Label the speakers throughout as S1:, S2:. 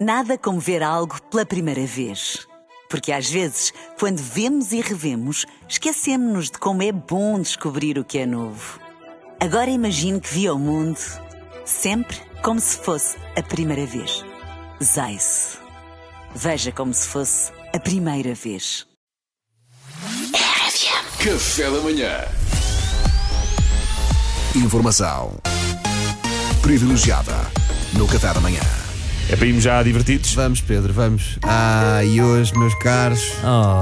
S1: Nada como ver algo pela primeira vez. Porque às vezes, quando vemos e revemos, esquecemos-nos de como é bom descobrir o que é novo. Agora imagine que viu o mundo sempre como se fosse a primeira vez. Zais. Veja como se fosse a primeira vez.
S2: Café da manhã.
S3: Informação privilegiada no Café da Manhã.
S4: Abrimos É já divertidos.
S5: Vamos, Pedro, vamos. Ah, e hoje, meus caros,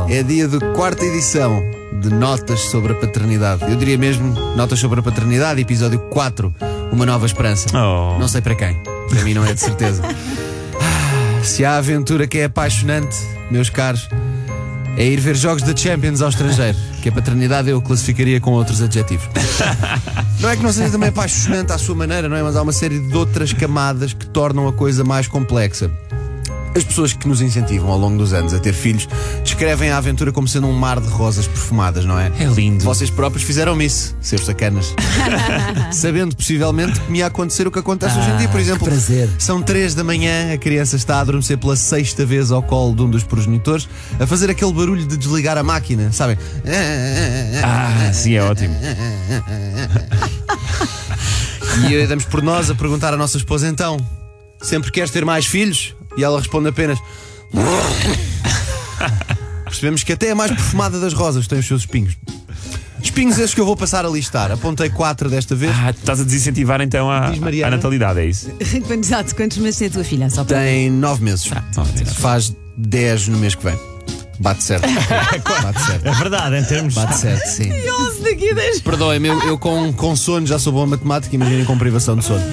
S5: é dia de quarta edição de Notas sobre a Paternidade. Eu diria mesmo Notas sobre a Paternidade, episódio 4, Uma Nova Esperança.
S4: Oh.
S5: Não sei para quem, para mim não é de certeza. Ah, Se há aventura que é apaixonante, meus caros, é ir ver jogos da Champions ao estrangeiro, que a paternidade eu classificaria com outros adjetivos. Não é que não seja também apaixonante à sua maneira, não é? Mas há uma série de outras camadas que tornam a coisa mais complexa. As pessoas que nos incentivam ao longo dos anos a ter filhos descrevem a aventura como sendo um mar de rosas perfumadas, não é?
S4: É lindo.
S5: Vocês próprios fizeram isso, seus sacanas. Sabendo possivelmente que me ia acontecer o que acontece hoje em dia,
S4: Ah,
S5: por exemplo.
S6: prazer.
S5: São três da manhã, a criança está a adormecer pela sexta vez ao colo de um dos progenitores, a fazer aquele barulho de desligar a máquina, sabem?
S4: Ah, sim, é ótimo.
S5: E aí damos por nós a perguntar à nossa esposa então: sempre queres ter mais filhos? E ela responde apenas. Percebemos que até a mais perfumada das rosas tem os seus espinhos. Espinhos esses que eu vou passar a listar. Apontei quatro desta vez.
S4: Ah, tu estás a desincentivar então a,
S5: Diz, Mariana.
S4: a natalidade, é isso?
S6: Quantos, exato, quantos meses tem é a tua filha? Só para...
S5: Tem nove meses.
S4: Ah, nove meses.
S5: Faz dez no mês que vem. Bate certo. Bate certo.
S7: É verdade, em termos.
S5: Bate certo, sim.
S6: 11 daqui a 10.
S5: Perdoem-me, eu, eu com, com sono já sou bom em matemática, imaginem com privação de sono.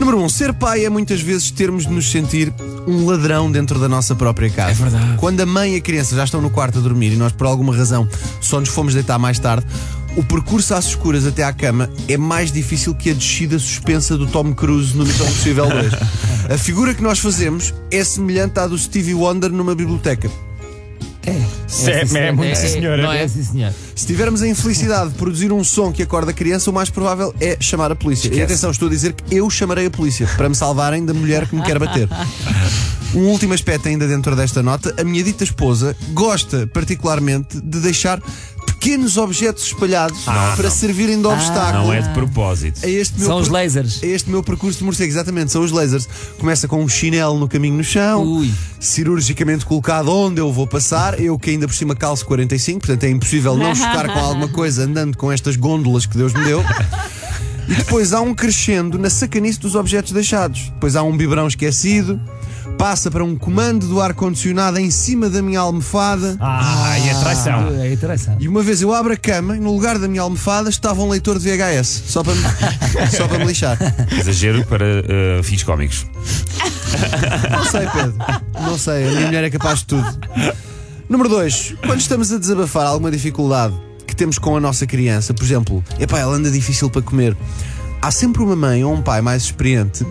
S5: Número 1. Um, ser pai é muitas vezes termos de nos sentir um ladrão dentro da nossa própria casa. É
S4: verdade.
S5: Quando a mãe e a criança já estão no quarto a dormir e nós, por alguma razão, só nos fomos deitar mais tarde, o percurso às escuras até à cama é mais difícil que a descida suspensa do Tom Cruise no Missão Impossível 2. A figura que nós fazemos é semelhante à do Stevie Wonder numa biblioteca.
S4: Sim, é, muito sim, senhora.
S7: Não é assim, senhor.
S5: Se tivermos a infelicidade de produzir um som que acorda a criança, o mais provável é chamar a polícia. E atenção, estou a dizer que eu chamarei a polícia para me salvarem da mulher que me quer bater. Um último aspecto ainda dentro desta nota, a minha dita esposa gosta particularmente de deixar pequenos objetos espalhados para servirem de obstáculo.
S4: Não é de propósito.
S5: a este
S7: Ah,
S5: meu
S7: São os
S5: per-
S7: lasers.
S5: a É este meu percurso de morcego, exatamente, são os lasers. Começa com um chinelo no caminho no chão,
S7: Ui.
S5: cirurgicamente colocado onde eu vou passar. Eu que ainda por cima calço 45, portanto é impossível não chocar com alguma coisa andando com estas gôndolas que Deus me deu. E depois há um crescendo na sacanice dos objetos deixados. Depois há um biberão esquecido. Passa para um comando do ar-condicionado em cima da minha almofada.
S4: Ah, e a traição.
S7: É interessante.
S5: E uma vez eu abro a cama e no lugar da minha almofada estava um leitor de VHS, só para me, só para me lixar.
S4: Exagero para eh, fins cómicos.
S5: Não sei, Pedro. Não sei, a minha mulher é capaz de tudo. Número 2. Quando estamos a desabafar alguma dificuldade que temos com a nossa criança, por exemplo, epá, ela anda difícil para comer, há sempre uma mãe ou um pai mais experiente.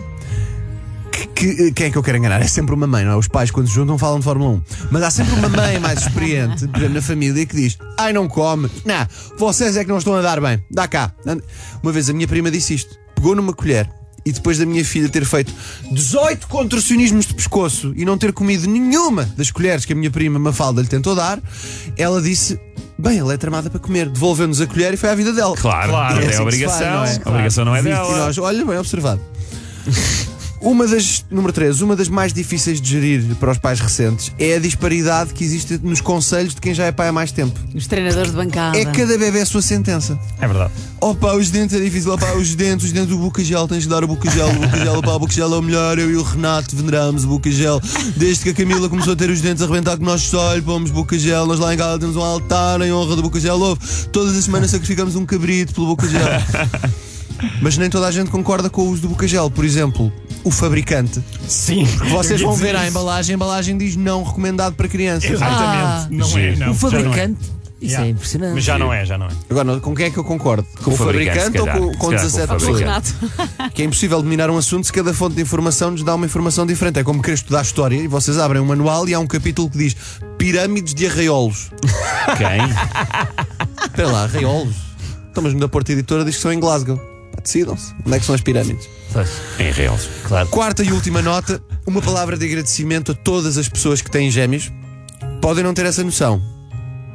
S5: que- Que, quem é que eu quero enganar? É sempre uma mãe, não é? Os pais, quando se juntam, falam de Fórmula 1. Mas há sempre uma mãe mais experiente, por exemplo, na família, que diz: Ai, não come, não, vocês é que não estão a dar bem, dá cá. Uma vez a minha prima disse isto: pegou numa colher, e depois da minha filha ter feito 18 contracionismos de pescoço e não ter comido nenhuma das colheres que a minha prima Mafalda lhe tentou dar, ela disse: Bem, ela é tramada para comer. Devolveu-nos a colher e foi à vida dela.
S4: Claro,
S5: É
S4: é,
S5: assim que se
S4: obrigação.
S5: faz, não é?
S4: A obrigação não é
S5: E
S4: dela.
S5: nós, olha, bem observado. Uma das, número 3, uma das mais difíceis de gerir para os pais recentes é a disparidade que existe nos conselhos de quem já é pai há mais tempo.
S6: Os treinadores de
S2: Ah,
S6: bancada.
S5: É cada bebê a sua sentença.
S4: É verdade.
S5: Opa, os dentes é difícil, opa, os dentes, os dentes, o Bucagel, tens de dar o Bucagel, o Bucagel, opa, o Bucagel é o melhor, eu e o Renato veneramos o Bucagel. Desde que a Camila começou a ter os dentes a arrebentar que nós só lhe pomos Bucagel, nós lá em casa temos um altar em honra do Bucagel, ouve, todas as semanas sacrificamos um cabrito pelo Bucagel. Mas nem toda a gente concorda com o uso do Bucagel, por exemplo, o fabricante.
S7: Sim.
S5: Vocês vão ver a embalagem, a embalagem diz não recomendado para crianças.
S7: Exatamente. não é, não.
S4: Giro. O
S7: Já não é.
S6: Fabricante. Isso
S7: Yeah.
S6: é impressionante.
S7: Mas já não é, já não é.
S5: Agora, com quem é que eu concordo? Com o
S4: fabricante,
S5: fabricante,
S4: se calhar.
S5: ou com, com
S4: Se calhar com o
S5: 17
S4: fabricante.
S5: pessoas?
S6: Renato.
S5: que é impossível dominar um assunto se cada fonte de informação nos dá uma informação diferente. É como querer estudar história e vocês abrem um manual e há um capítulo que diz Pirâmides de Arraiolos.
S4: Quem?
S5: Espera lá, Arraiolos? Então, mas da Porta Editora diz que são em Glasgow. Pá, Decidam-se. Onde é que são as pirâmides?
S4: Em reais.
S7: Claro.
S5: Quarta e última nota, uma palavra de agradecimento a todas as pessoas que têm gêmeos. Podem não ter essa noção,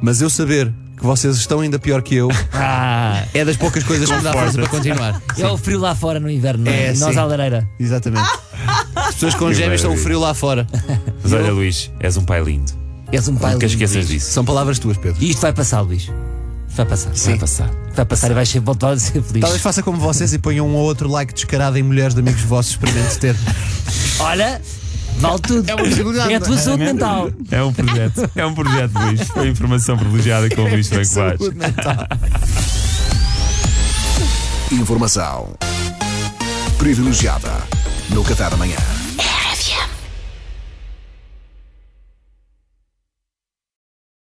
S5: mas eu saber que vocês estão ainda pior que eu
S2: Ah,
S5: é das poucas coisas que me dá força para continuar.
S2: é o frio lá fora no inverno, não é?
S5: É,
S2: Nós
S5: sim.
S2: à lareira.
S5: Exatamente. As pessoas com
S4: Que
S5: gêmeos estão
S4: maravilha.
S5: frio lá fora.
S4: Mas olha, Luís, és um pai lindo.
S2: És um pai
S4: Nunca
S2: lindo,
S4: esqueças
S2: Luís.
S4: disso.
S5: São palavras tuas, Pedro.
S2: E isto vai passar, Luís. Vai passar. Vai passar. Vai passar e vais ser, voltar a ser feliz.
S5: Talvez faça como vocês e ponham um ou outro like descarado em mulheres de amigos vossos, experimente ter.
S2: Olha, vale tudo. É,
S5: possibilidade,
S2: a tua saúde mental.
S4: É um projeto. É um projeto, Luís. Foi informação privilegiada com o Luís Franco Vaz.
S5: Saúde mental.
S3: Informação privilegiada no Café da Manhã.